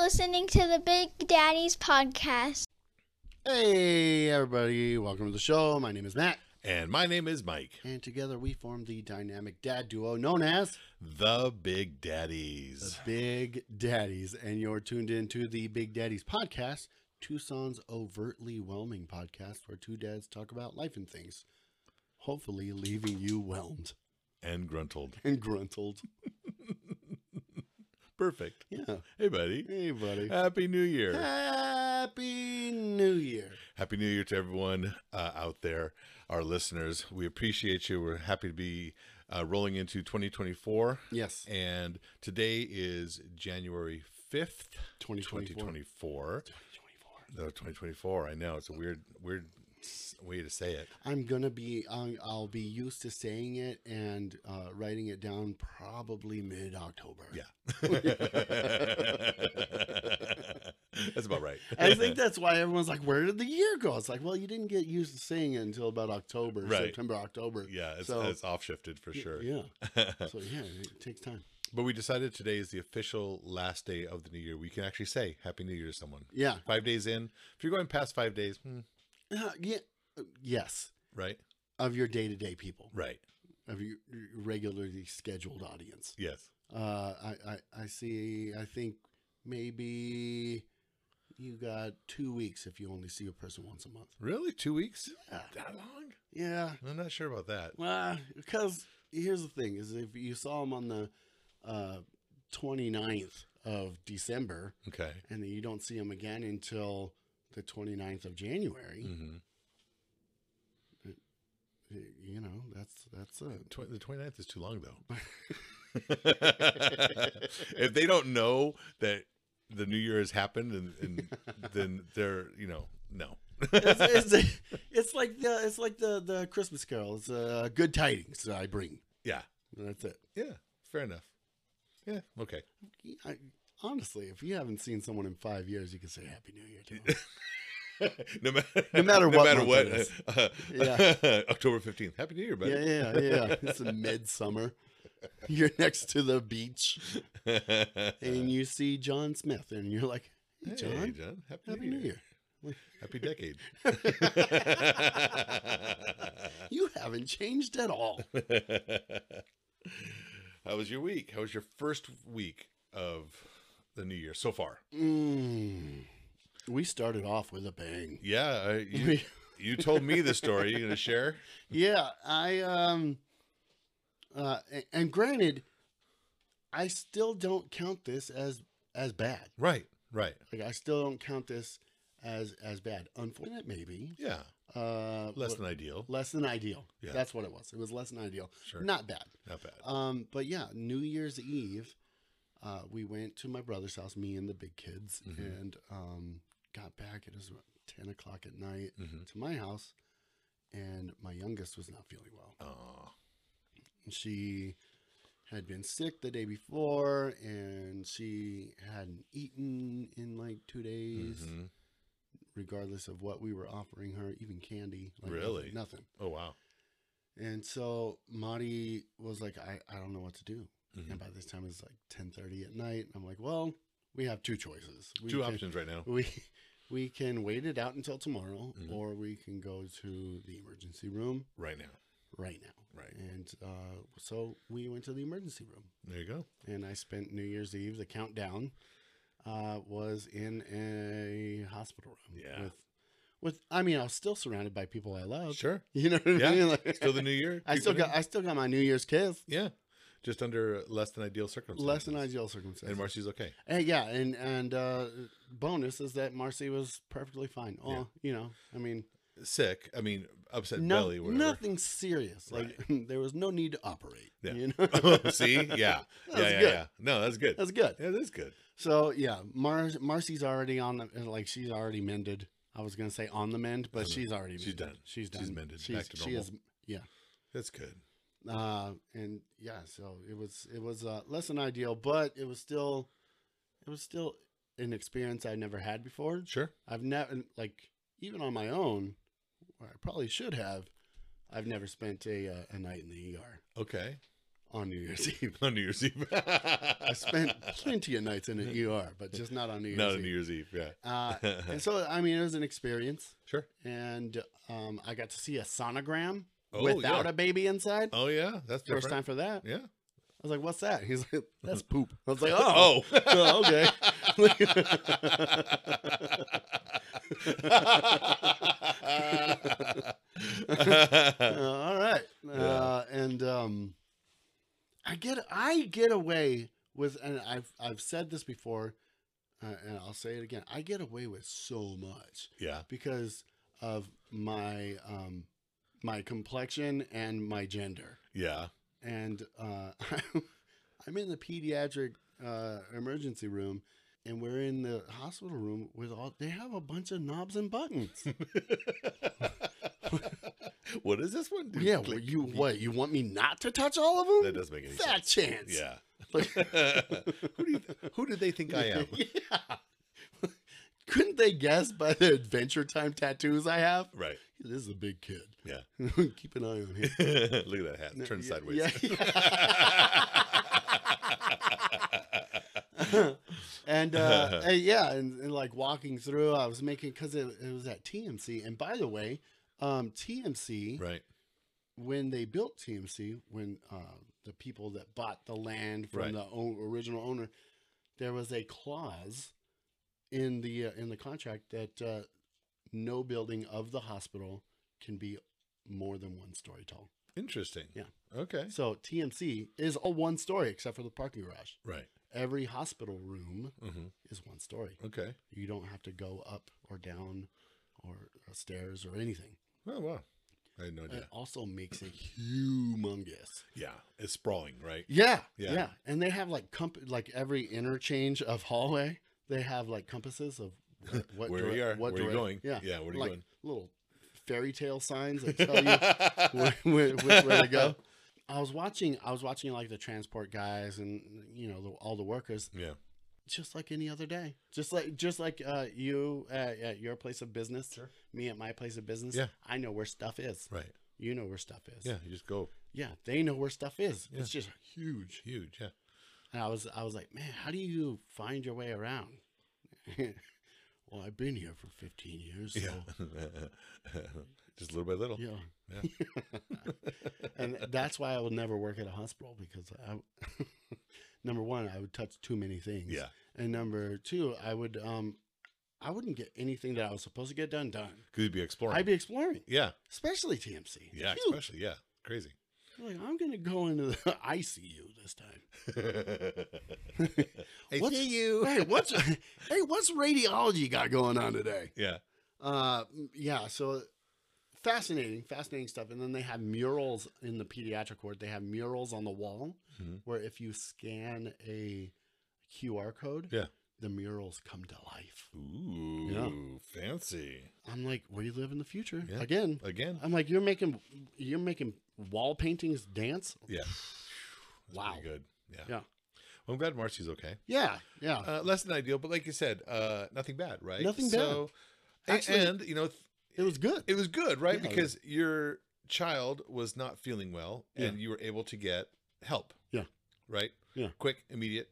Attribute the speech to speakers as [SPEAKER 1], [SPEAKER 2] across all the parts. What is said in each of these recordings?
[SPEAKER 1] listening to the Big Daddies podcast.
[SPEAKER 2] Hey, everybody. Welcome to the show. My name is Matt,
[SPEAKER 3] And my name is Mike,
[SPEAKER 2] and together we form the dynamic dad duo known as
[SPEAKER 3] the Big
[SPEAKER 2] the
[SPEAKER 3] Daddies.
[SPEAKER 2] Big Daddies. And you're tuned in to the Big Daddies podcast, Tucson's overtly whelming podcast, where two dads talk about life and things, hopefully leaving you whelmed
[SPEAKER 3] And gruntled.
[SPEAKER 2] and gruntled.
[SPEAKER 3] Perfect.
[SPEAKER 2] Yeah.
[SPEAKER 3] Hey, buddy.
[SPEAKER 2] Hey, buddy.
[SPEAKER 3] Happy New Year.
[SPEAKER 2] Happy New Year.
[SPEAKER 3] Happy New Year to everyone uh, out there, our listeners. We appreciate you. We're happy to be uh, rolling into 2024.
[SPEAKER 2] Yes.
[SPEAKER 3] And today is January 5th,
[SPEAKER 2] 2024.
[SPEAKER 3] 2024. No, 2024. Oh, I know. It's a weird, weird s- way to say it.
[SPEAKER 2] I'm gonna be um, I'll be used to saying it and uh, writing it down probably mid October.
[SPEAKER 3] Yeah. That's about right.
[SPEAKER 2] I think that's why everyone's like, "Where did the year go?" It's like, well, you didn't get used to saying it until about October,
[SPEAKER 3] Right.
[SPEAKER 2] September, October.
[SPEAKER 3] Yeah, it's,
[SPEAKER 2] So-
[SPEAKER 3] it's off shifted for
[SPEAKER 2] Y-
[SPEAKER 3] sure.
[SPEAKER 2] Yeah. So yeah, it takes time.
[SPEAKER 3] but we decided today is the official last day of the new year. We can actually say Happy New Year to someone.
[SPEAKER 2] Yeah.
[SPEAKER 3] Five days in, if you're going past five days, hmm,
[SPEAKER 2] Uh, yeah. uh, Yes.
[SPEAKER 3] right?
[SPEAKER 2] Of your day to day people,
[SPEAKER 3] Right.
[SPEAKER 2] of your your regularly scheduled audience.
[SPEAKER 3] Yes.
[SPEAKER 2] Uh, I, I I see. I think maybe you got two weeks if you only see a person once a month.
[SPEAKER 3] Really? Two weeks?
[SPEAKER 2] Yeah.
[SPEAKER 3] That long?
[SPEAKER 2] Yeah.
[SPEAKER 3] I'm not sure about that.
[SPEAKER 2] Well, because here's the thing is if you saw him on the uh, 29th of December
[SPEAKER 3] Okay.
[SPEAKER 2] and then you don't see him again until the 29th of January,
[SPEAKER 3] hmm
[SPEAKER 2] y- you know, that's that's it.
[SPEAKER 3] Tw- the 29th is too long, though. if they don't know that the new year has happened, and, and then they're, you know, no.
[SPEAKER 2] it's, it's, it's like the it's like the the Christmas carol. It's uh, good tidings that I bring.
[SPEAKER 3] yeah.
[SPEAKER 2] That's it.
[SPEAKER 3] Yeah. Fair enough. Yeah. Okay.
[SPEAKER 2] I, honestly, if you haven't seen someone in 5 years, you can say happy new year to 'em.
[SPEAKER 3] no, ma-
[SPEAKER 2] No matter what
[SPEAKER 3] matter
[SPEAKER 2] month
[SPEAKER 3] what.
[SPEAKER 2] it is.
[SPEAKER 3] uh, uh, October fifteenth. Happy New Year, buddy.
[SPEAKER 2] Yeah, yeah, yeah. It's midsummer. You're next to the beach. and you see John Smith, and you're like, "Hey,
[SPEAKER 3] Uh, Hey,
[SPEAKER 2] John,
[SPEAKER 3] John. Happy,
[SPEAKER 2] Happy New Year!
[SPEAKER 3] Happy decade.
[SPEAKER 2] You haven't changed at all."
[SPEAKER 3] How was your week? How was your first week of the new year so far?
[SPEAKER 2] Mm. We started off with a bang.
[SPEAKER 3] Yeah, I, you,
[SPEAKER 2] We-
[SPEAKER 3] you told me the story. You gonna share?
[SPEAKER 2] yeah, I um, uh, a- and granted, I still don't count this as as bad.
[SPEAKER 3] Right, right.
[SPEAKER 2] Like I still don't count this as as bad. Unfortunate, maybe.
[SPEAKER 3] Yeah,
[SPEAKER 2] Uh,
[SPEAKER 3] less
[SPEAKER 2] but-
[SPEAKER 3] than ideal.
[SPEAKER 2] less than ideal.
[SPEAKER 3] Yeah.
[SPEAKER 2] That's what it was. It was less than ideal.
[SPEAKER 3] Sure,
[SPEAKER 2] Not
[SPEAKER 3] not,
[SPEAKER 2] bad.
[SPEAKER 3] bad.
[SPEAKER 2] Um, but yeah, New Year's Eve, uh, we went to my brother's house, me and the big kids,
[SPEAKER 3] Mhm.
[SPEAKER 2] and um, got back. It was about ten o'clock at night
[SPEAKER 3] hmm
[SPEAKER 2] to my house, and my youngest was not feeling well.
[SPEAKER 3] Oh,
[SPEAKER 2] She had been sick the day before, and she hadn't eaten in like two days,
[SPEAKER 3] mhm.
[SPEAKER 2] regardless of what we were offering her, even candy. Like
[SPEAKER 3] Really?
[SPEAKER 2] nothing. nothing.
[SPEAKER 3] oh wow.
[SPEAKER 2] And so Marty was like, I, I don't know what to do.
[SPEAKER 3] Mhm.
[SPEAKER 2] and by this time it's like 10:30 at night and I'm like, well, we have two choices. We
[SPEAKER 3] Two
[SPEAKER 2] can,
[SPEAKER 3] options right now.
[SPEAKER 2] We we can wait it out until tomorrow
[SPEAKER 3] Mhm.
[SPEAKER 2] or we can go to the emergency room
[SPEAKER 3] Right now.
[SPEAKER 2] right now.
[SPEAKER 3] Right.
[SPEAKER 2] And uh, so we went to the emergency room
[SPEAKER 3] There you go.
[SPEAKER 2] and I spent New Year's Eve the countdown uh, was in a hospital room
[SPEAKER 3] Yeah.
[SPEAKER 2] with with I mean, I was still surrounded by people I love.
[SPEAKER 3] Sure.
[SPEAKER 2] You know what
[SPEAKER 3] Yeah.
[SPEAKER 2] I mean? Like,
[SPEAKER 3] Still the new year.
[SPEAKER 2] I still
[SPEAKER 3] creeping
[SPEAKER 2] got I still got my New Year's kiss.
[SPEAKER 3] in? Yeah. Just under less than ideal circumstances.
[SPEAKER 2] Less than ideal circumstances.
[SPEAKER 3] And Marcy's okay.
[SPEAKER 2] Uh, yeah, and and uh, bonus is that Marcy was perfectly fine. Oh,
[SPEAKER 3] Yeah.
[SPEAKER 2] you know, I mean,
[SPEAKER 3] Sick. I mean, upset
[SPEAKER 2] no-
[SPEAKER 3] belly. Whatever.
[SPEAKER 2] nothing serious. Like there was no need to operate.
[SPEAKER 3] Yeah.
[SPEAKER 2] You know?
[SPEAKER 3] See? Yeah.
[SPEAKER 2] That was
[SPEAKER 3] yeah. Yeah.
[SPEAKER 2] good.
[SPEAKER 3] Yeah. No, that's good.
[SPEAKER 2] That's good.
[SPEAKER 3] yeah, that's good.
[SPEAKER 2] So yeah, Mar- Marcy's already on the and, like she's already mended. I was gonna say on the mend, but
[SPEAKER 3] On the-
[SPEAKER 2] she's already
[SPEAKER 3] Uh-huh. she's
[SPEAKER 2] mended.
[SPEAKER 3] done.
[SPEAKER 2] She's done.
[SPEAKER 3] She's mended. Back to
[SPEAKER 2] She is.
[SPEAKER 3] That's good.
[SPEAKER 2] Uh, and yeah, so it was it was uh, less than ideal, but it was still it was still an experience I never had before.
[SPEAKER 3] Sure.
[SPEAKER 2] I've never like even on my own, where I probably should have. I've never spent a uh, a night in the ER
[SPEAKER 3] Okay.
[SPEAKER 2] on New Year's Eve.
[SPEAKER 3] on New Year's Eve.
[SPEAKER 2] I spent plenty of nights in an ER, but just not on New Year's
[SPEAKER 3] not
[SPEAKER 2] Eve.
[SPEAKER 3] on New Year's Eve. Yeah,
[SPEAKER 2] Uh, and so, I mean, it was an experience,
[SPEAKER 3] sure.
[SPEAKER 2] and um, I got to see a sonogram
[SPEAKER 3] Oh,
[SPEAKER 2] without
[SPEAKER 3] yeah.
[SPEAKER 2] a baby inside.
[SPEAKER 3] Oh yeah, that's
[SPEAKER 2] First
[SPEAKER 3] different.
[SPEAKER 2] time for that.
[SPEAKER 3] Yeah.
[SPEAKER 2] I was like, "What's that?" He's like, "That's poop." I was like, "Oh,
[SPEAKER 3] Oh.
[SPEAKER 2] Oh, okay." Uh, all right. Uh, and um, I get I get away with, and I've I've said this before, uh, and I'll say it again. I get away with so much
[SPEAKER 3] yeah.
[SPEAKER 2] because of my um, my complexion and my gender.
[SPEAKER 3] Yeah.
[SPEAKER 2] and uh, I'm in the pediatric uh, emergency room, and we're in the hospital room with all. They have a bunch of knobs and buttons.
[SPEAKER 3] what does this one do?
[SPEAKER 2] yeah, well,
[SPEAKER 3] Click.
[SPEAKER 2] you what? You want me not to touch all of them?
[SPEAKER 3] That doesn't make any
[SPEAKER 2] Fat
[SPEAKER 3] sense.
[SPEAKER 2] chance.
[SPEAKER 3] Yeah.
[SPEAKER 2] Like,
[SPEAKER 3] who do you th- who did they think I am?
[SPEAKER 2] yeah. Couldn't they guess by the Adventure Time tattoos I have?
[SPEAKER 3] Right.
[SPEAKER 2] This is a big kid.
[SPEAKER 3] Yeah.
[SPEAKER 2] Keep an eye on him.
[SPEAKER 3] Look at that hat.
[SPEAKER 2] No,
[SPEAKER 3] Turn
[SPEAKER 2] yeah,
[SPEAKER 3] sideways.
[SPEAKER 2] and uh, and yeah, and, and like walking through, I was making because it, it was at TMC. And by the way, um, TMC
[SPEAKER 3] right.
[SPEAKER 2] when they built TMC, when uh, the people that bought the land from
[SPEAKER 3] Right.
[SPEAKER 2] the o- original owner, there was a clause in the uh, in the contract that uh, no building of the hospital can be more than one story tall.
[SPEAKER 3] Interesting.
[SPEAKER 2] Yeah.
[SPEAKER 3] Okay.
[SPEAKER 2] So TMC is all one story except for the parking garage.
[SPEAKER 3] Right.
[SPEAKER 2] Every hospital room
[SPEAKER 3] hmm
[SPEAKER 2] is one story.
[SPEAKER 3] Okay.
[SPEAKER 2] You don't have to go up or down or stairs or anything.
[SPEAKER 3] Oh wow. I had no idea.
[SPEAKER 2] It also makes it humongous.
[SPEAKER 3] yeah. It's sprawling, right?
[SPEAKER 2] Yeah,
[SPEAKER 3] Yeah.
[SPEAKER 2] yeah, And they have like comp- like every interchange of hallway, they have like compasses of what, what
[SPEAKER 3] where
[SPEAKER 2] direc-
[SPEAKER 3] you are,
[SPEAKER 2] what
[SPEAKER 3] where you
[SPEAKER 2] direc-
[SPEAKER 3] going?
[SPEAKER 2] Yeah,
[SPEAKER 3] Yeah. Where are you
[SPEAKER 2] like
[SPEAKER 3] going?
[SPEAKER 2] little fairy tale signs that tell you where, where, where, where to go. I was watching, I was watching like the transport guys and you know the, all the workers,
[SPEAKER 3] yeah.
[SPEAKER 2] just like any other day, just like just like uh, you uh, at your place of business,
[SPEAKER 3] Sure.
[SPEAKER 2] me at my place of business.
[SPEAKER 3] Yeah.
[SPEAKER 2] I know where stuff is.
[SPEAKER 3] Right.
[SPEAKER 2] You know where stuff is.
[SPEAKER 3] Yeah. You just go.
[SPEAKER 2] yeah. They know where stuff is.
[SPEAKER 3] Yeah.
[SPEAKER 2] It's just huge.
[SPEAKER 3] Huge. Yeah.
[SPEAKER 2] And I was I was like, man, how do you find your way around? well, I've been here for 15 years, so
[SPEAKER 3] Yeah. just little by little.
[SPEAKER 2] yeah.
[SPEAKER 3] Yeah.
[SPEAKER 2] and that's why I would never work at a hospital because I, number one, I would touch too many things.
[SPEAKER 3] Yeah.
[SPEAKER 2] And number two, I would um, I wouldn't get anything that I was supposed to get done done.
[SPEAKER 3] Could be exploring.
[SPEAKER 2] I'd be exploring,
[SPEAKER 3] yeah.
[SPEAKER 2] especially TMC.
[SPEAKER 3] Yeah.
[SPEAKER 2] Huge.
[SPEAKER 3] Especially. Yeah. Crazy.
[SPEAKER 2] Like, I'm gonna go into the ICU this time.
[SPEAKER 3] I
[SPEAKER 2] What's-
[SPEAKER 3] see you.
[SPEAKER 2] hey, what's hey, what's radiology got going on today?
[SPEAKER 3] Yeah.
[SPEAKER 2] Uh, m- yeah. So fascinating, fascinating stuff. And then they have murals in the pediatric ward. They have murals on the wall
[SPEAKER 3] Mhm.
[SPEAKER 2] where if you scan a QR code,
[SPEAKER 3] Yeah.
[SPEAKER 2] the murals come to life.
[SPEAKER 3] Ooh, fancy.
[SPEAKER 2] I'm like, we live in the future
[SPEAKER 3] Yeah.
[SPEAKER 2] again.
[SPEAKER 3] Again.
[SPEAKER 2] I'm like, you're making you're making wall paintings dance.
[SPEAKER 3] Yeah. That's pretty
[SPEAKER 2] Wow.
[SPEAKER 3] Good. Yeah.
[SPEAKER 2] Yeah.
[SPEAKER 3] Well, I'm glad Marcy's okay.
[SPEAKER 2] Yeah, yeah.
[SPEAKER 3] Uh, less than ideal, but like you said, uh, nothing bad, right?
[SPEAKER 2] Nothing bad.
[SPEAKER 3] So, a-
[SPEAKER 2] Actually-
[SPEAKER 3] and you know, th-
[SPEAKER 2] it was good.
[SPEAKER 3] it was good, right?
[SPEAKER 2] Yeah.
[SPEAKER 3] Because your child was not feeling well, and
[SPEAKER 2] Yeah.
[SPEAKER 3] you were able to get help.
[SPEAKER 2] Yeah.
[SPEAKER 3] Right.
[SPEAKER 2] Yeah.
[SPEAKER 3] Quick, immediate.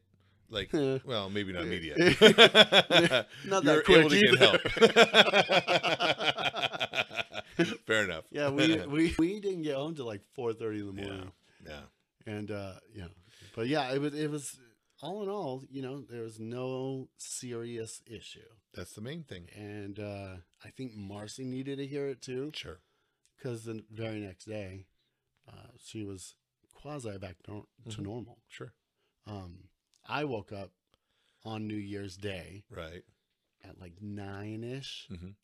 [SPEAKER 3] Like,
[SPEAKER 2] Yeah.
[SPEAKER 3] well, maybe not immediate.
[SPEAKER 2] Not that
[SPEAKER 3] You were
[SPEAKER 2] quick
[SPEAKER 3] able to get help. Fair enough.
[SPEAKER 2] yeah, we, we we didn't get home till like 4:30 in the
[SPEAKER 3] Yeah.
[SPEAKER 2] morning.
[SPEAKER 3] yeah.
[SPEAKER 2] and uh yeah but yeah it was it was all in all you know there was no serious issue
[SPEAKER 3] That's the main thing.
[SPEAKER 2] and uh i think marcy needed to hear it too
[SPEAKER 3] Sure.
[SPEAKER 2] because the very next day uh she was quasi back nor- to
[SPEAKER 3] Mhm.
[SPEAKER 2] normal
[SPEAKER 3] Sure.
[SPEAKER 2] um i woke up on new year's day
[SPEAKER 3] Right.
[SPEAKER 2] at like nine ish
[SPEAKER 3] Mhm.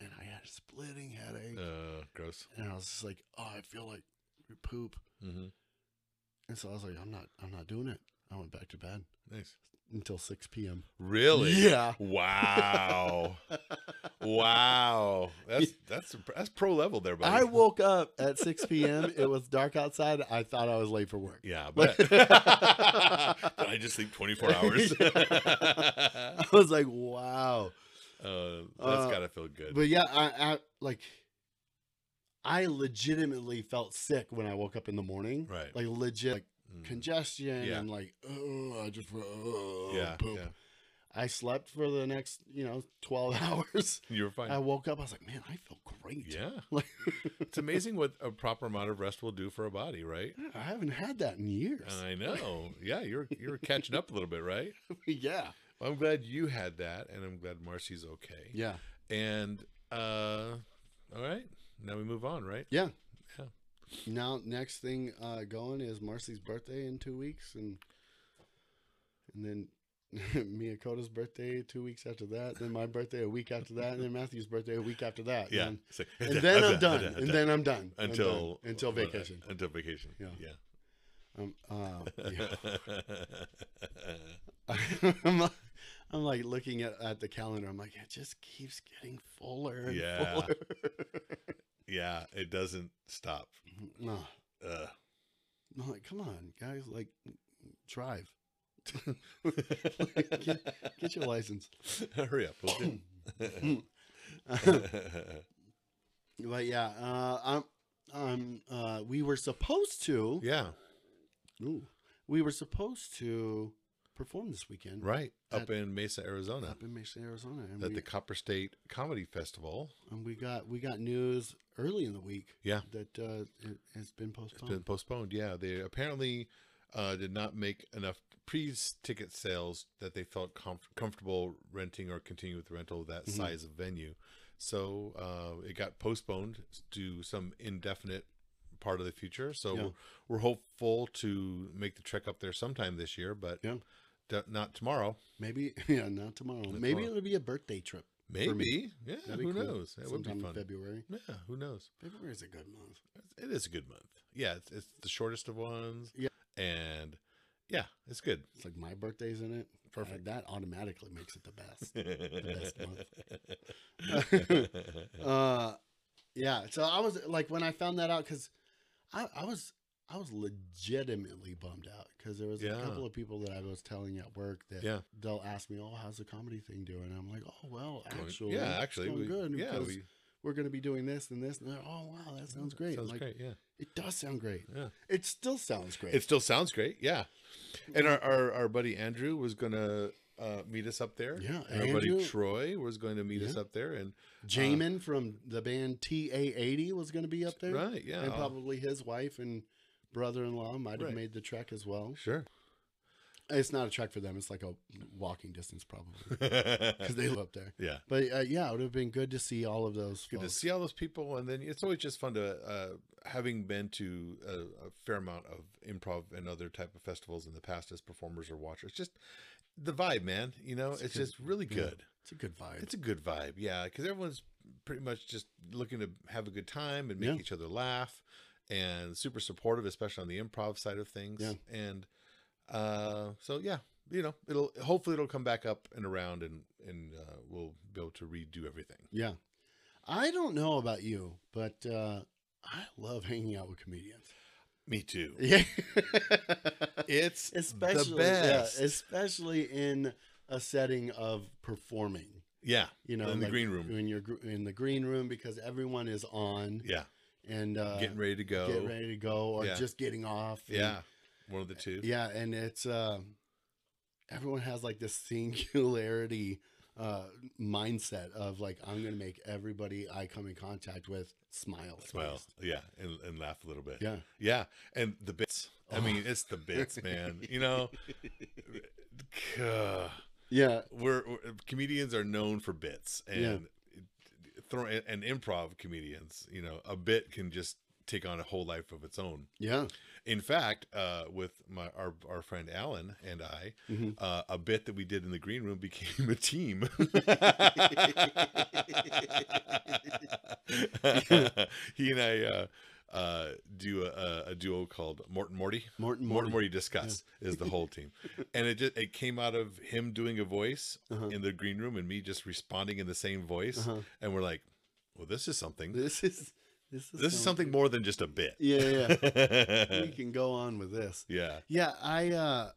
[SPEAKER 2] and i had a splitting headache
[SPEAKER 3] Uh, gross.
[SPEAKER 2] and i was just like oh i feel like poop
[SPEAKER 3] Mm-hmm.
[SPEAKER 2] and so i was like i'm not i'm not doing it i went back to bed
[SPEAKER 3] Nice.
[SPEAKER 2] until 6 p.m
[SPEAKER 3] Really?
[SPEAKER 2] Yeah.
[SPEAKER 3] Wow. wow. That's that's that's pro level there, buddy.
[SPEAKER 2] I woke up at 6 p.m. it was dark outside. I thought I was late for work.
[SPEAKER 3] Yeah, but did I just sleep 24 hours? uh,
[SPEAKER 2] I was like, wow.
[SPEAKER 3] that's
[SPEAKER 2] Uh,
[SPEAKER 3] gotta feel good.
[SPEAKER 2] But yeah, I, I like I legitimately felt sick when I woke up in the morning.
[SPEAKER 3] Right.
[SPEAKER 2] Like legit like
[SPEAKER 3] Mm.
[SPEAKER 2] congestion.
[SPEAKER 3] Yeah.
[SPEAKER 2] and like, oh, I just oh,
[SPEAKER 3] yeah,
[SPEAKER 2] poop.
[SPEAKER 3] yeah.
[SPEAKER 2] I slept for the next, you know, 12 hours.
[SPEAKER 3] You were fine.
[SPEAKER 2] I woke up. I was like, man, I feel great.
[SPEAKER 3] yeah.
[SPEAKER 2] Like,
[SPEAKER 3] It's amazing what a proper amount of rest will do for a body, right?
[SPEAKER 2] I haven't had that in years.
[SPEAKER 3] I know. Yeah, you're you're catching up a little bit, right?
[SPEAKER 2] yeah.
[SPEAKER 3] Well, I'm glad you had that, and I'm glad Marcy's okay.
[SPEAKER 2] Yeah.
[SPEAKER 3] And uh, all right, now we move on, right?
[SPEAKER 2] Yeah.
[SPEAKER 3] Yeah.
[SPEAKER 2] Now, next thing uh, going is Marcy's birthday in two weeks, and and then Miyakota's birthday two weeks after that, then my birthday a week after that, and then Matthew's birthday a week after that.
[SPEAKER 3] Yeah.
[SPEAKER 2] And,
[SPEAKER 3] It's like,
[SPEAKER 2] and then I'm
[SPEAKER 3] done,
[SPEAKER 2] done.
[SPEAKER 3] done,
[SPEAKER 2] And
[SPEAKER 3] done.
[SPEAKER 2] then I'm done. I'm
[SPEAKER 3] until
[SPEAKER 2] done. until
[SPEAKER 3] well, uh,
[SPEAKER 2] vacation.
[SPEAKER 3] Until vacation.
[SPEAKER 2] Yeah.
[SPEAKER 3] Yeah.
[SPEAKER 2] Um, uh, yeah.
[SPEAKER 3] yeah.
[SPEAKER 2] I'm, like- I'm like looking at, at the calendar. I'm like, it just keeps getting fuller. And
[SPEAKER 3] Yeah.
[SPEAKER 2] Fuller.
[SPEAKER 3] It doesn't stop.
[SPEAKER 2] no,
[SPEAKER 3] Uh.
[SPEAKER 2] I'm like, come on, guys, like, drive, get your license.
[SPEAKER 3] Hurry up. We'll do it.
[SPEAKER 2] But yeah, uh, I'm, I'm, uh, we were supposed to,
[SPEAKER 3] yeah.
[SPEAKER 2] ooh, we were supposed to perform this weekend
[SPEAKER 3] Right. Up
[SPEAKER 2] At-
[SPEAKER 3] in Mesa, Arizona.
[SPEAKER 2] up in Mesa, Arizona, and
[SPEAKER 3] At
[SPEAKER 2] we,
[SPEAKER 3] the Copper State Comedy Festival.
[SPEAKER 2] and we got we got news early in the week
[SPEAKER 3] Yeah.
[SPEAKER 2] that uh, it has been
[SPEAKER 3] It's been
[SPEAKER 2] postponed.
[SPEAKER 3] postponed. Yeah, they apparently uh, did not make enough pre-ticket sales that they felt comf- comfortable renting or continue with the rental of that
[SPEAKER 2] Mhm.
[SPEAKER 3] size of venue. So uh, it got postponed to some indefinite part of the future. So
[SPEAKER 2] Yeah.
[SPEAKER 3] we're, we're hopeful to make the trek up there sometime this year, but
[SPEAKER 2] Yeah.
[SPEAKER 3] d- not tomorrow.
[SPEAKER 2] Maybe yeah, not tomorrow.
[SPEAKER 3] Not
[SPEAKER 2] Maybe
[SPEAKER 3] tomorrow.
[SPEAKER 2] it'll be a birthday trip. me.
[SPEAKER 3] Maybe. Yeah.
[SPEAKER 2] That'd be
[SPEAKER 3] Who
[SPEAKER 2] cool.
[SPEAKER 3] knows? That would be
[SPEAKER 2] Sometime in
[SPEAKER 3] fun.
[SPEAKER 2] February.
[SPEAKER 3] Yeah. Who knows?
[SPEAKER 2] February is a good month.
[SPEAKER 3] It is a good month. Yeah. It's, it's the shortest of ones.
[SPEAKER 2] Yeah.
[SPEAKER 3] And yeah, it's good.
[SPEAKER 2] It's like my birthday's in it.
[SPEAKER 3] Perfect.
[SPEAKER 2] Uh, that automatically makes it the best.
[SPEAKER 3] best
[SPEAKER 2] month. uh, yeah. So I was like, when I found that out, because I, I was I was legitimately bummed out because there was
[SPEAKER 3] Yeah.
[SPEAKER 2] a couple of people that I was telling at work that
[SPEAKER 3] Yeah.
[SPEAKER 2] they'll ask me, "Oh, how's the comedy thing doing?" I'm like, "Oh, well, actually,
[SPEAKER 3] yeah,
[SPEAKER 2] it's
[SPEAKER 3] actually,
[SPEAKER 2] going
[SPEAKER 3] we,
[SPEAKER 2] good.
[SPEAKER 3] yeah,
[SPEAKER 2] because
[SPEAKER 3] we,
[SPEAKER 2] we're going to be doing this and this." And they're, "Oh, wow, that sounds great."
[SPEAKER 3] Sounds
[SPEAKER 2] like,
[SPEAKER 3] great. Yeah,
[SPEAKER 2] It does sound great.
[SPEAKER 3] yeah.
[SPEAKER 2] It still sounds great.
[SPEAKER 3] It still sounds great. Yeah, and our our, our buddy Andrew was gonna uh, meet us up there.
[SPEAKER 2] Yeah,
[SPEAKER 3] and our buddy
[SPEAKER 2] Andrew-
[SPEAKER 3] Troy was going to meet us
[SPEAKER 2] Yeah.
[SPEAKER 3] up there, and
[SPEAKER 2] Jamin from the band TA80 was going to be up there.
[SPEAKER 3] right, yeah,
[SPEAKER 2] And
[SPEAKER 3] I'll-
[SPEAKER 2] probably his wife and brother in law might have
[SPEAKER 3] Right.
[SPEAKER 2] made the trek as well.
[SPEAKER 3] sure,
[SPEAKER 2] It's not a trek for them, it's like a walking distance, probably, because
[SPEAKER 3] yeah,
[SPEAKER 2] they live up there. But uh, yeah, it would have been good to see all of those.
[SPEAKER 3] good to
[SPEAKER 2] folks.
[SPEAKER 3] see all those people, and then it's always just fun to uh, having been to a, a fair amount of improv and other type of festivals in the past as performers or watchers. Just the vibe, man. You know, it's,
[SPEAKER 2] a good-
[SPEAKER 3] just really
[SPEAKER 2] yeah.
[SPEAKER 3] good.
[SPEAKER 2] It's a good vibe.
[SPEAKER 3] It's a good vibe, yeah, because everyone's pretty much just looking to have a good time and make
[SPEAKER 2] Yeah.
[SPEAKER 3] each other laugh, and super supportive, especially on the improv side of things.
[SPEAKER 2] Yeah.
[SPEAKER 3] And uh, so, yeah, you know, it'll hopefully it'll come back up and around, and and uh, we'll be able to redo everything.
[SPEAKER 2] yeah. I don't know about you, but uh, I love hanging out with comedians.
[SPEAKER 3] Me too.
[SPEAKER 2] Yeah.
[SPEAKER 3] It's
[SPEAKER 2] especially,
[SPEAKER 3] the best.
[SPEAKER 2] Yeah, especially in a setting of performing.
[SPEAKER 3] yeah,
[SPEAKER 2] you know,
[SPEAKER 3] in the
[SPEAKER 2] like,
[SPEAKER 3] green room.
[SPEAKER 2] When you're gr- in the green room because everyone is on
[SPEAKER 3] yeah,
[SPEAKER 2] and uh,
[SPEAKER 3] getting ready to go.
[SPEAKER 2] get ready to go or
[SPEAKER 3] Yeah.
[SPEAKER 2] just getting off. and-
[SPEAKER 3] Yeah, one of the two.
[SPEAKER 2] yeah, and it's uh, everyone has like this singularity uh, mindset of like I'm gonna make everybody I come in contact with smile. at
[SPEAKER 3] Smile,
[SPEAKER 2] least.
[SPEAKER 3] yeah, and, and laugh a little bit.
[SPEAKER 2] Yeah.
[SPEAKER 3] Yeah, and the bits. I
[SPEAKER 2] Oh.
[SPEAKER 3] mean, it's the bits, man. You know, we're,
[SPEAKER 2] Yeah.
[SPEAKER 3] we're- comedians are known for bits, and
[SPEAKER 2] Yeah.
[SPEAKER 3] throw and improv comedians. You know, a bit can just take on a whole life of its own.
[SPEAKER 2] Yeah.
[SPEAKER 3] In fact, uh, with my our, our friend Alan and I,
[SPEAKER 2] Mhm.
[SPEAKER 3] uh, a bit that we did in the green room became a team. he and I uh, uh, do a, a duo called Morton Morty.
[SPEAKER 2] Morton Morty.
[SPEAKER 3] Morton Morty Discuss is the whole team, and it just it came out of him doing a voice
[SPEAKER 2] Uh-huh.
[SPEAKER 3] in the green room and me just responding in the same voice,
[SPEAKER 2] Uh-huh.
[SPEAKER 3] and we're like, "Well, this is something. This,
[SPEAKER 2] This is this is
[SPEAKER 3] is
[SPEAKER 2] some-
[SPEAKER 3] something more than just a bit."
[SPEAKER 2] Yeah, yeah. we can go on with this.
[SPEAKER 3] yeah.
[SPEAKER 2] Yeah, I uh,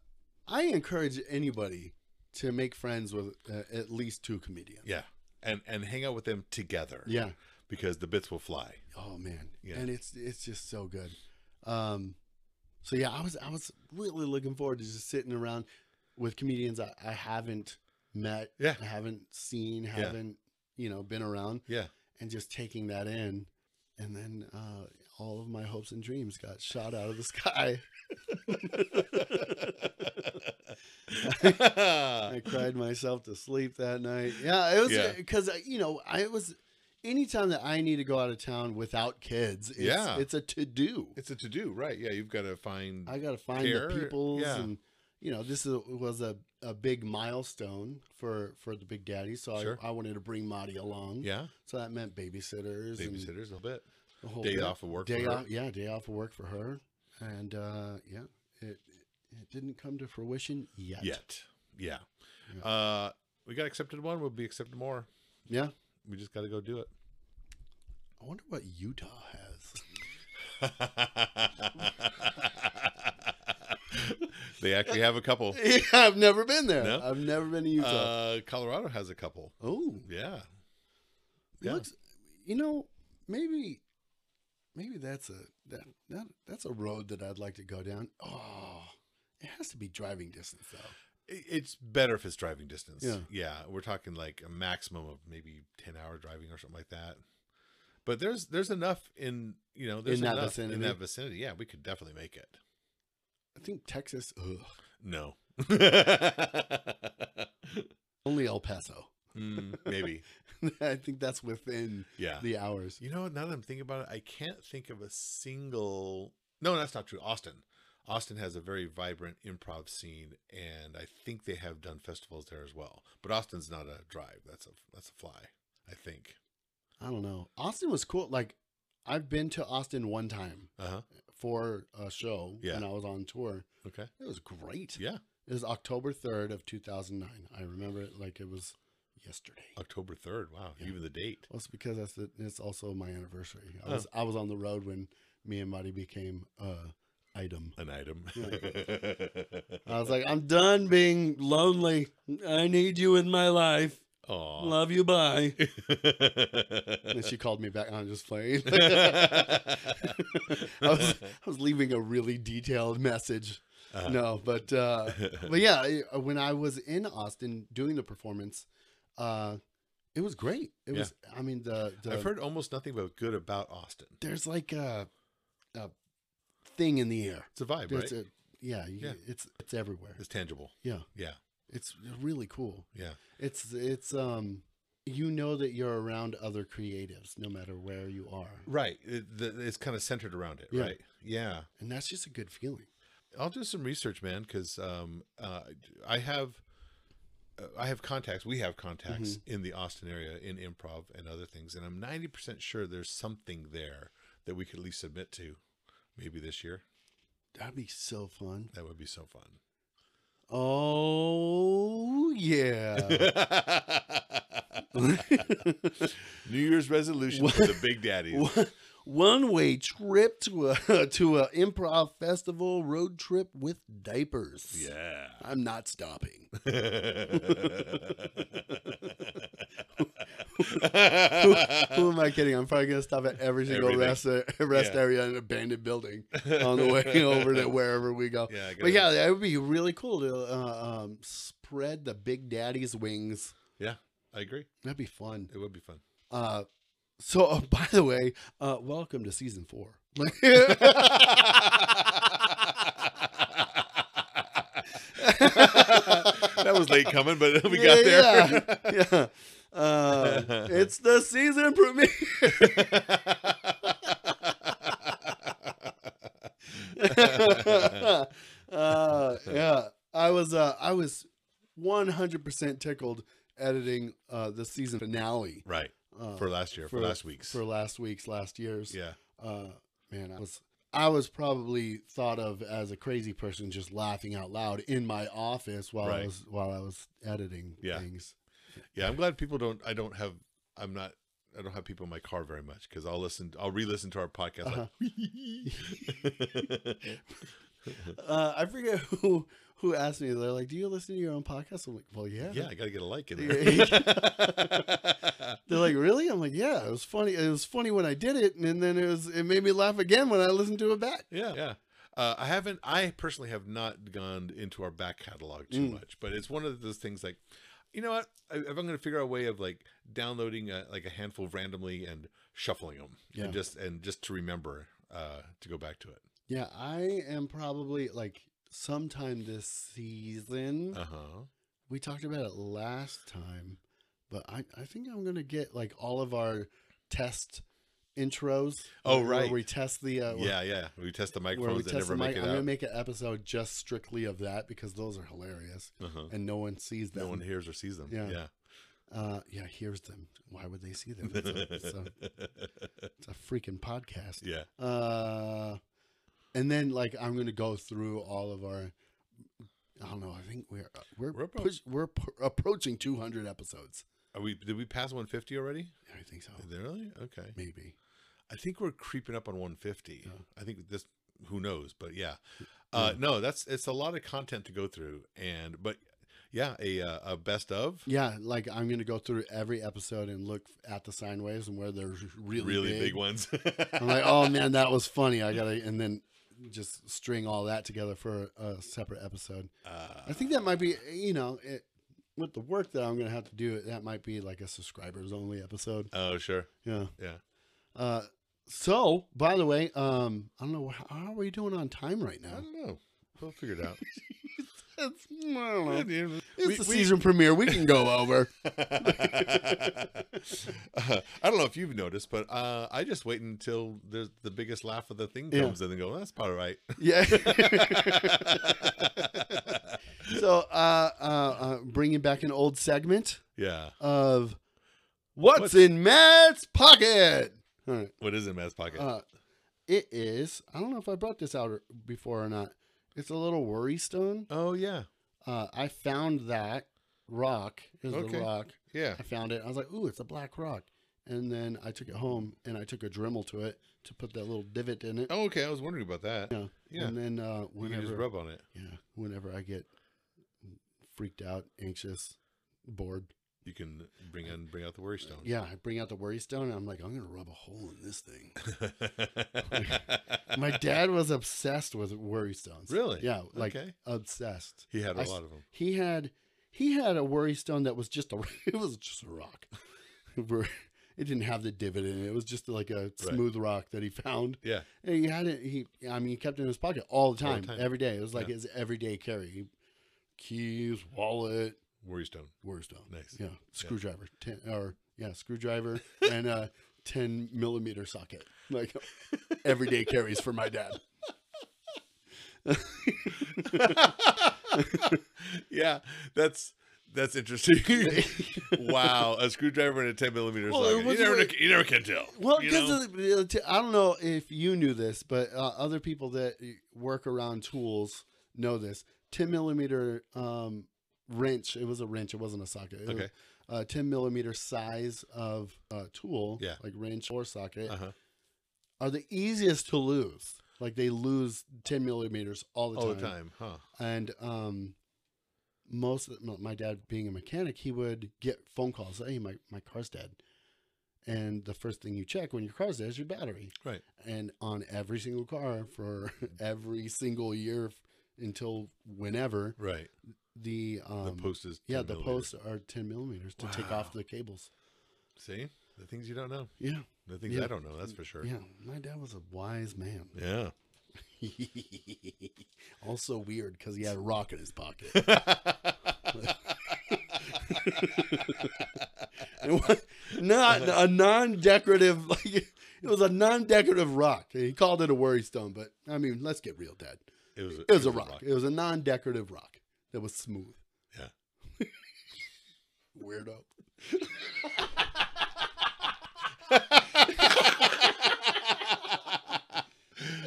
[SPEAKER 2] I encourage anybody to make friends with uh, at least two comedians.
[SPEAKER 3] Yeah, and and hang out with them together.
[SPEAKER 2] Yeah,
[SPEAKER 3] because the bits will fly.
[SPEAKER 2] Oh man,
[SPEAKER 3] Yeah.
[SPEAKER 2] and it's it's just so good. Um, so yeah, I was I was really looking forward to just sitting around with comedians I, I haven't met,
[SPEAKER 3] Yeah.
[SPEAKER 2] I haven't seen, haven't you know been around,
[SPEAKER 3] Yeah.
[SPEAKER 2] and just taking that in, and then uh, all of my hopes and dreams got shot out of the sky. I cried myself to sleep that night. Yeah, it was
[SPEAKER 3] Yeah.
[SPEAKER 2] because you know I was anytime that I need to go out of town without kids, it's,
[SPEAKER 3] Yeah.
[SPEAKER 2] it's a to do.
[SPEAKER 3] it's a to do, right? Yeah, you've got to find.
[SPEAKER 2] I got to find
[SPEAKER 3] care,
[SPEAKER 2] the peoples
[SPEAKER 3] yeah.
[SPEAKER 2] and you know this is, was a, a big milestone for for the Big Daddy, so
[SPEAKER 3] Sure.
[SPEAKER 2] I, I wanted to bring Marty along.
[SPEAKER 3] yeah,
[SPEAKER 2] So that meant babysitters, and
[SPEAKER 3] babysitters a little bit.
[SPEAKER 2] the whole
[SPEAKER 3] Day
[SPEAKER 2] bit.
[SPEAKER 3] off of work.
[SPEAKER 2] day
[SPEAKER 3] for her.
[SPEAKER 2] off, yeah, day off of work for her, and uh, yeah, it it didn't come to fruition yet.
[SPEAKER 3] yet. Yeah.
[SPEAKER 2] Yeah.
[SPEAKER 3] Uh, we got accepted one. We'll be accepted more.
[SPEAKER 2] yeah.
[SPEAKER 3] We just got to go do it.
[SPEAKER 2] I wonder what Utah has.
[SPEAKER 3] they actually have a couple.
[SPEAKER 2] yeah, I've never been there.
[SPEAKER 3] No?
[SPEAKER 2] I've never been to Utah.
[SPEAKER 3] Uh, Colorado has a couple.
[SPEAKER 2] oh,
[SPEAKER 3] Yeah. yeah.
[SPEAKER 2] yeah. looks. You know, maybe, maybe that's a that, that that's a road that I'd like to go down. Oh, it has to be driving distance though.
[SPEAKER 3] I- It's better if it's driving distance.
[SPEAKER 2] Yeah.
[SPEAKER 3] We're talking like a maximum of maybe 10 hour driving or something like that. But there's there's enough in you know there's
[SPEAKER 2] In that
[SPEAKER 3] enough in
[SPEAKER 2] vicinity?
[SPEAKER 3] that vicinity. Yeah, we could definitely make it.
[SPEAKER 2] I think Texas. Ugh,
[SPEAKER 3] No.
[SPEAKER 2] only El Paso.
[SPEAKER 3] Mm, maybe.
[SPEAKER 2] I think that's within
[SPEAKER 3] Yeah.
[SPEAKER 2] the hours.
[SPEAKER 3] You know, what? now that I'm thinking about it, I can't think of a single. No, that's not true. Austin. Austin has a very vibrant improv scene, and I think they have done festivals there as well. But Austin's not a drive. That's a that's a fly. I think.
[SPEAKER 2] I don't know. Austin was cool. Like, I've been to Austin one time
[SPEAKER 3] Uh huh.
[SPEAKER 2] for a show
[SPEAKER 3] Yeah.
[SPEAKER 2] when I was on tour.
[SPEAKER 3] Okay.
[SPEAKER 2] It was great.
[SPEAKER 3] Yeah.
[SPEAKER 2] It was October 3rd of 2009. I remember it like it was yesterday.
[SPEAKER 3] October third. Wow.
[SPEAKER 2] Yeah.
[SPEAKER 3] Even the date.
[SPEAKER 2] Well, it's because that's the, it's also my anniversary. I
[SPEAKER 3] Oh.
[SPEAKER 2] was I was on the road when me and Marty became uh item.
[SPEAKER 3] An item.
[SPEAKER 2] I was like, I'm done being lonely. I need you in my life.
[SPEAKER 3] Aw.
[SPEAKER 2] Love you, bye. And she called me back. and I'm just playing. I was I was leaving a really detailed message.
[SPEAKER 3] Uh-huh.
[SPEAKER 2] No, but uh, but yeah, I- uh, when I was in Austin doing the performance, uh, it was great. It
[SPEAKER 3] Yeah.
[SPEAKER 2] was. I mean, the, the
[SPEAKER 3] I've heard almost nothing but good about Austin.
[SPEAKER 2] there's like a a thing in the air.
[SPEAKER 3] It's a vibe,
[SPEAKER 2] There's
[SPEAKER 3] right?
[SPEAKER 2] a, yeah, you,
[SPEAKER 3] Yeah.
[SPEAKER 2] it's it's everywhere.
[SPEAKER 3] It's tangible.
[SPEAKER 2] Yeah,
[SPEAKER 3] Yeah.
[SPEAKER 2] it's really cool.
[SPEAKER 3] Yeah.
[SPEAKER 2] It's it's um, you know that you're around other creatives no matter where you are,
[SPEAKER 3] Right. It, the, it's kind of centered around it,
[SPEAKER 2] Yeah.
[SPEAKER 3] right? Yeah.
[SPEAKER 2] and that's just a good feeling.
[SPEAKER 3] I'll do some research, man, because um, uh, I have. uh, I have contacts. We have contacts
[SPEAKER 2] Mm-hmm.
[SPEAKER 3] in the Austin area in improv and other things, and I'm 90% sure there's something there that we could at least submit to, maybe this year.
[SPEAKER 2] That'd be so fun.
[SPEAKER 3] That would be so fun.
[SPEAKER 2] Oh yeah. Uh,
[SPEAKER 3] New Year's resolution for the big daddies.
[SPEAKER 2] One way trip to a to a improv festival road trip with diapers.
[SPEAKER 3] Yeah.
[SPEAKER 2] I'm not stopping. Who am I kidding? I'm probably gonna stop at every single
[SPEAKER 3] Everything.
[SPEAKER 2] rest rest
[SPEAKER 3] Yeah.
[SPEAKER 2] area in an abandoned building on the way over to wherever we go.
[SPEAKER 3] Yeah, I
[SPEAKER 2] but
[SPEAKER 3] gotta-
[SPEAKER 2] yeah, that would be really cool to uh, um, spread the Big Daddy's wings.
[SPEAKER 3] yeah, I agree.
[SPEAKER 2] That'd be fun.
[SPEAKER 3] It would be fun.
[SPEAKER 2] Uh, so, uh, by the way, uh, welcome to season four. Like,
[SPEAKER 3] that was late coming, but we got there.
[SPEAKER 2] Yeah, yeah. Uh, it's the season premiere. uh, yeah, I was uh, I was 100% tickled editing uh, the season finale
[SPEAKER 3] right.
[SPEAKER 2] uh,
[SPEAKER 3] For last year, for,
[SPEAKER 2] for-
[SPEAKER 3] last week's.
[SPEAKER 2] for last week's last year's.
[SPEAKER 3] yeah.
[SPEAKER 2] Uh, man, I was I was probably thought of as a crazy person just laughing out loud in my office while
[SPEAKER 3] Right.
[SPEAKER 2] I was while I was editing
[SPEAKER 3] Yeah.
[SPEAKER 2] things.
[SPEAKER 3] Yeah. I'm glad people don't, I don't have, I'm not, I don't have people in my car very
[SPEAKER 2] Uh-huh.
[SPEAKER 3] much because I'll listen, I'll re listen to our podcast. Like,
[SPEAKER 2] Uh, I forget who who asked me. They're like, "Do you listen to your own podcast?" I'm like, "Well, yeah."
[SPEAKER 3] yeah, I got to get a like in
[SPEAKER 2] Yeah.
[SPEAKER 3] there.
[SPEAKER 2] They're like, "Really?" I'm like, "Yeah." It was funny. It was funny when I did it, and then it was it made me laugh again when I listened to it back.
[SPEAKER 3] Yeah. Yeah. Uh, I haven't, I personally have not gone into our back catalog too
[SPEAKER 2] Mm.
[SPEAKER 3] much, but it's one of those things like, you know what? I, if I'm going to figure out a way of like downloading a, like a handful randomly and shuffling them
[SPEAKER 2] Yeah.
[SPEAKER 3] and just, and just to remember uh, to go back to it.
[SPEAKER 2] Yeah, I am probably like sometime this season.
[SPEAKER 3] Uh huh.
[SPEAKER 2] we talked about it last time, but I, I think I'm gonna get like all of our test intros.
[SPEAKER 3] Oh,
[SPEAKER 2] where- where
[SPEAKER 3] right.
[SPEAKER 2] we test the uh,
[SPEAKER 3] Yeah. Yeah. We test the
[SPEAKER 2] where we
[SPEAKER 3] microphones that
[SPEAKER 2] test the
[SPEAKER 3] never
[SPEAKER 2] mic.
[SPEAKER 3] make
[SPEAKER 2] I'm
[SPEAKER 3] it
[SPEAKER 2] gonna
[SPEAKER 3] out.
[SPEAKER 2] make an episode just strictly of that because those are hilarious
[SPEAKER 3] uh-huh.
[SPEAKER 2] and no one sees them.
[SPEAKER 3] No one hears or sees them.
[SPEAKER 2] Yeah.
[SPEAKER 3] Yeah.
[SPEAKER 2] uh, yeah, hears them. Why would they see them? It's a, it's a, it's a freaking podcast.
[SPEAKER 3] yeah.
[SPEAKER 2] Uh, and then like I'm gonna go through all of our. I don't know. I think we're uh, we're
[SPEAKER 3] We're
[SPEAKER 2] we're,
[SPEAKER 3] appro-
[SPEAKER 2] push, we're pro- approaching 200 episodes.
[SPEAKER 3] Are we? Did we pass 150 already?
[SPEAKER 2] Yeah, I think so.
[SPEAKER 3] Did they Really? Okay.
[SPEAKER 2] Maybe.
[SPEAKER 3] I think we're creeping up on 150. I think this. Who knows? But yeah.
[SPEAKER 2] Yeah.
[SPEAKER 3] Uh, no, that's it's a lot of content to go through, and but yeah, a uh, a best of
[SPEAKER 2] Yeah, like I'm gonna go through every episode and look at the sine waves and where they're really
[SPEAKER 3] really
[SPEAKER 2] big.
[SPEAKER 3] big, ones.
[SPEAKER 2] I'm like, oh man, that was funny. I gotta, and then just string all that together for a separate episode.
[SPEAKER 3] Uh,
[SPEAKER 2] I think that might be, you know, it, with the work that I'm gonna have to do, that might be like a subscribers only episode.
[SPEAKER 3] Oh sure.
[SPEAKER 2] Yeah.
[SPEAKER 3] Yeah.
[SPEAKER 2] Uh, so by the way, um, I don't know how, how are we doing on time right
[SPEAKER 3] I
[SPEAKER 2] now.
[SPEAKER 3] don't know. We'll figure it out.
[SPEAKER 2] It's, I don't know. It's
[SPEAKER 3] We-
[SPEAKER 2] the
[SPEAKER 3] we-
[SPEAKER 2] season premiere. We can go over.
[SPEAKER 3] Uh, I don't know if you've noticed, but uh, I just wait until there's the biggest laugh of the thing
[SPEAKER 2] Yeah.
[SPEAKER 3] comes, and then go, "That's probably right."
[SPEAKER 2] Yeah. so uh, uh, uh, bringing back an old segment
[SPEAKER 3] yeah.
[SPEAKER 2] of what's,
[SPEAKER 3] What's-
[SPEAKER 2] in Matt's pocket. All right.
[SPEAKER 3] What is in Matt's pocket?
[SPEAKER 2] Uh, it is. I don't know if I brought this out before or not. It's a little worry stone.
[SPEAKER 3] oh yeah,
[SPEAKER 2] Uh, I found that rock is
[SPEAKER 3] Okay.
[SPEAKER 2] the rock.
[SPEAKER 3] yeah.
[SPEAKER 2] I found it. I was like, "Ooh, it's a black rock." And then I took it home and I took a Dremel to it to put that little divot in it.
[SPEAKER 3] Oh, okay. I was wondering about that.
[SPEAKER 2] Yeah.
[SPEAKER 3] Yeah.
[SPEAKER 2] And then uh,
[SPEAKER 3] You can
[SPEAKER 2] whenever
[SPEAKER 3] just rub on it.
[SPEAKER 2] Yeah, whenever I get freaked out, anxious, bored,
[SPEAKER 3] You can bring in, bring out the worry stone.
[SPEAKER 2] yeah, I bring out the worry stone and I'm like, I'm gonna rub a hole in this thing. My dad was obsessed with worry stones.
[SPEAKER 3] Really?
[SPEAKER 2] Yeah, like
[SPEAKER 3] Okay.
[SPEAKER 2] obsessed.
[SPEAKER 3] he had a
[SPEAKER 2] I s-
[SPEAKER 3] lot of them.
[SPEAKER 2] He had he had a worry stone that was just a it was just a rock. Where it didn't have the divot in it. It was just like a smooth rock that he found.
[SPEAKER 3] Yeah.
[SPEAKER 2] And he had it. He, I mean, he kept it in his pocket all the
[SPEAKER 3] All the
[SPEAKER 2] time,
[SPEAKER 3] time.
[SPEAKER 2] every day. It was like
[SPEAKER 3] Yeah.
[SPEAKER 2] his everyday carry. He, keys, wallet,
[SPEAKER 3] Worry stone.
[SPEAKER 2] Worry stone.
[SPEAKER 3] Nice.
[SPEAKER 2] Yeah, screwdriver, ten or yeah, screwdriver and a ten millimeter socket. Like everyday carries for my dad.
[SPEAKER 3] yeah. That's that's interesting. wow. A screwdriver and a 10 millimeter
[SPEAKER 2] Well, it
[SPEAKER 3] socket. You
[SPEAKER 2] was
[SPEAKER 3] never,
[SPEAKER 2] like-
[SPEAKER 3] you never can tell.
[SPEAKER 2] Well,
[SPEAKER 3] you know?
[SPEAKER 2] because I don't know if you knew this, but uh, other people that work around tools know this. Ten millimeter um, wrench. It was a wrench. It wasn't a socket. It was
[SPEAKER 3] Okay.
[SPEAKER 2] a ten millimeter size of uh, tool,
[SPEAKER 3] Yeah.
[SPEAKER 2] like wrench or socket,
[SPEAKER 3] Uh-huh.
[SPEAKER 2] are the easiest to lose. Like they lose ten millimeters all the
[SPEAKER 3] All
[SPEAKER 2] time.
[SPEAKER 3] the time. Huh.
[SPEAKER 2] and um most of the, my dad being a mechanic he would get phone calls hey my, my car's dead and the first thing you check when your car's dead is your battery
[SPEAKER 3] Right.
[SPEAKER 2] and on every single car for every single year f- until whenever
[SPEAKER 3] Right.
[SPEAKER 2] the um
[SPEAKER 3] the post is.
[SPEAKER 2] yeah
[SPEAKER 3] 10
[SPEAKER 2] the
[SPEAKER 3] millimeter.
[SPEAKER 2] posts are 10 millimeters to take off
[SPEAKER 3] Wow.
[SPEAKER 2] the cables
[SPEAKER 3] See? The things you don't know.
[SPEAKER 2] yeah
[SPEAKER 3] The things
[SPEAKER 2] Yeah.
[SPEAKER 3] I don't know. That's for sure.
[SPEAKER 2] yeah my dad was a wise man
[SPEAKER 3] Yeah.
[SPEAKER 2] also weird because he had a rock in his pocket And what- not a non-decorative like it was a non-decorative rock and he called it a worry stone but i mean let's get real dad
[SPEAKER 3] It was,
[SPEAKER 2] it was a rock it was a non-decorative rock that was smooth
[SPEAKER 3] Yeah.
[SPEAKER 2] weirdo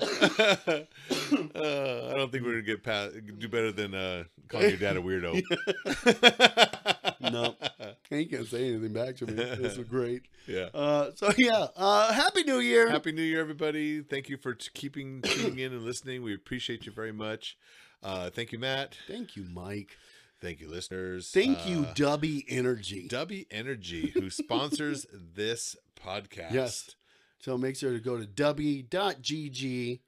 [SPEAKER 3] uh, I don't think we're gonna get uh, past do better than uh, calling your dad a weirdo.
[SPEAKER 2] no Hank can't say anything back to me. This was great.
[SPEAKER 3] Yeah.
[SPEAKER 2] Uh, so yeah, uh, happy New Year.
[SPEAKER 3] Happy New Year, everybody. Thank you for t- keeping tuning in and listening. We appreciate you very much. Uh, thank you, Matt.
[SPEAKER 2] Thank you, Mike.
[SPEAKER 3] Thank you, listeners.
[SPEAKER 2] Thank you,
[SPEAKER 3] Uh,
[SPEAKER 2] Dubby Energy.
[SPEAKER 3] Dubby Energy, who sponsors this podcast.
[SPEAKER 2] Yes. so make sure to go to dubby.gg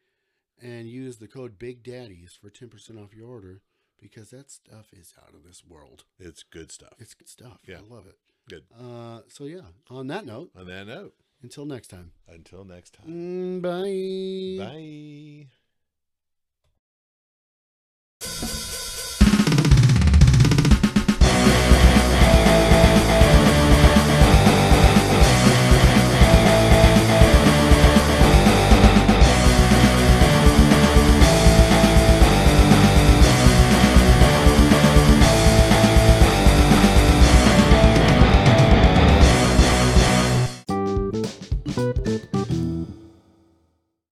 [SPEAKER 2] and use the code Big Daddies for ten percent off your order because that stuff is out of this world.
[SPEAKER 3] It's good stuff.
[SPEAKER 2] It's good stuff.
[SPEAKER 3] Yeah.
[SPEAKER 2] I love it.
[SPEAKER 3] Good.
[SPEAKER 2] Uh, so yeah. On that note,
[SPEAKER 3] On that note,
[SPEAKER 2] until next time.
[SPEAKER 3] until next
[SPEAKER 2] Mm,
[SPEAKER 3] time.
[SPEAKER 2] Bye.
[SPEAKER 3] Bye.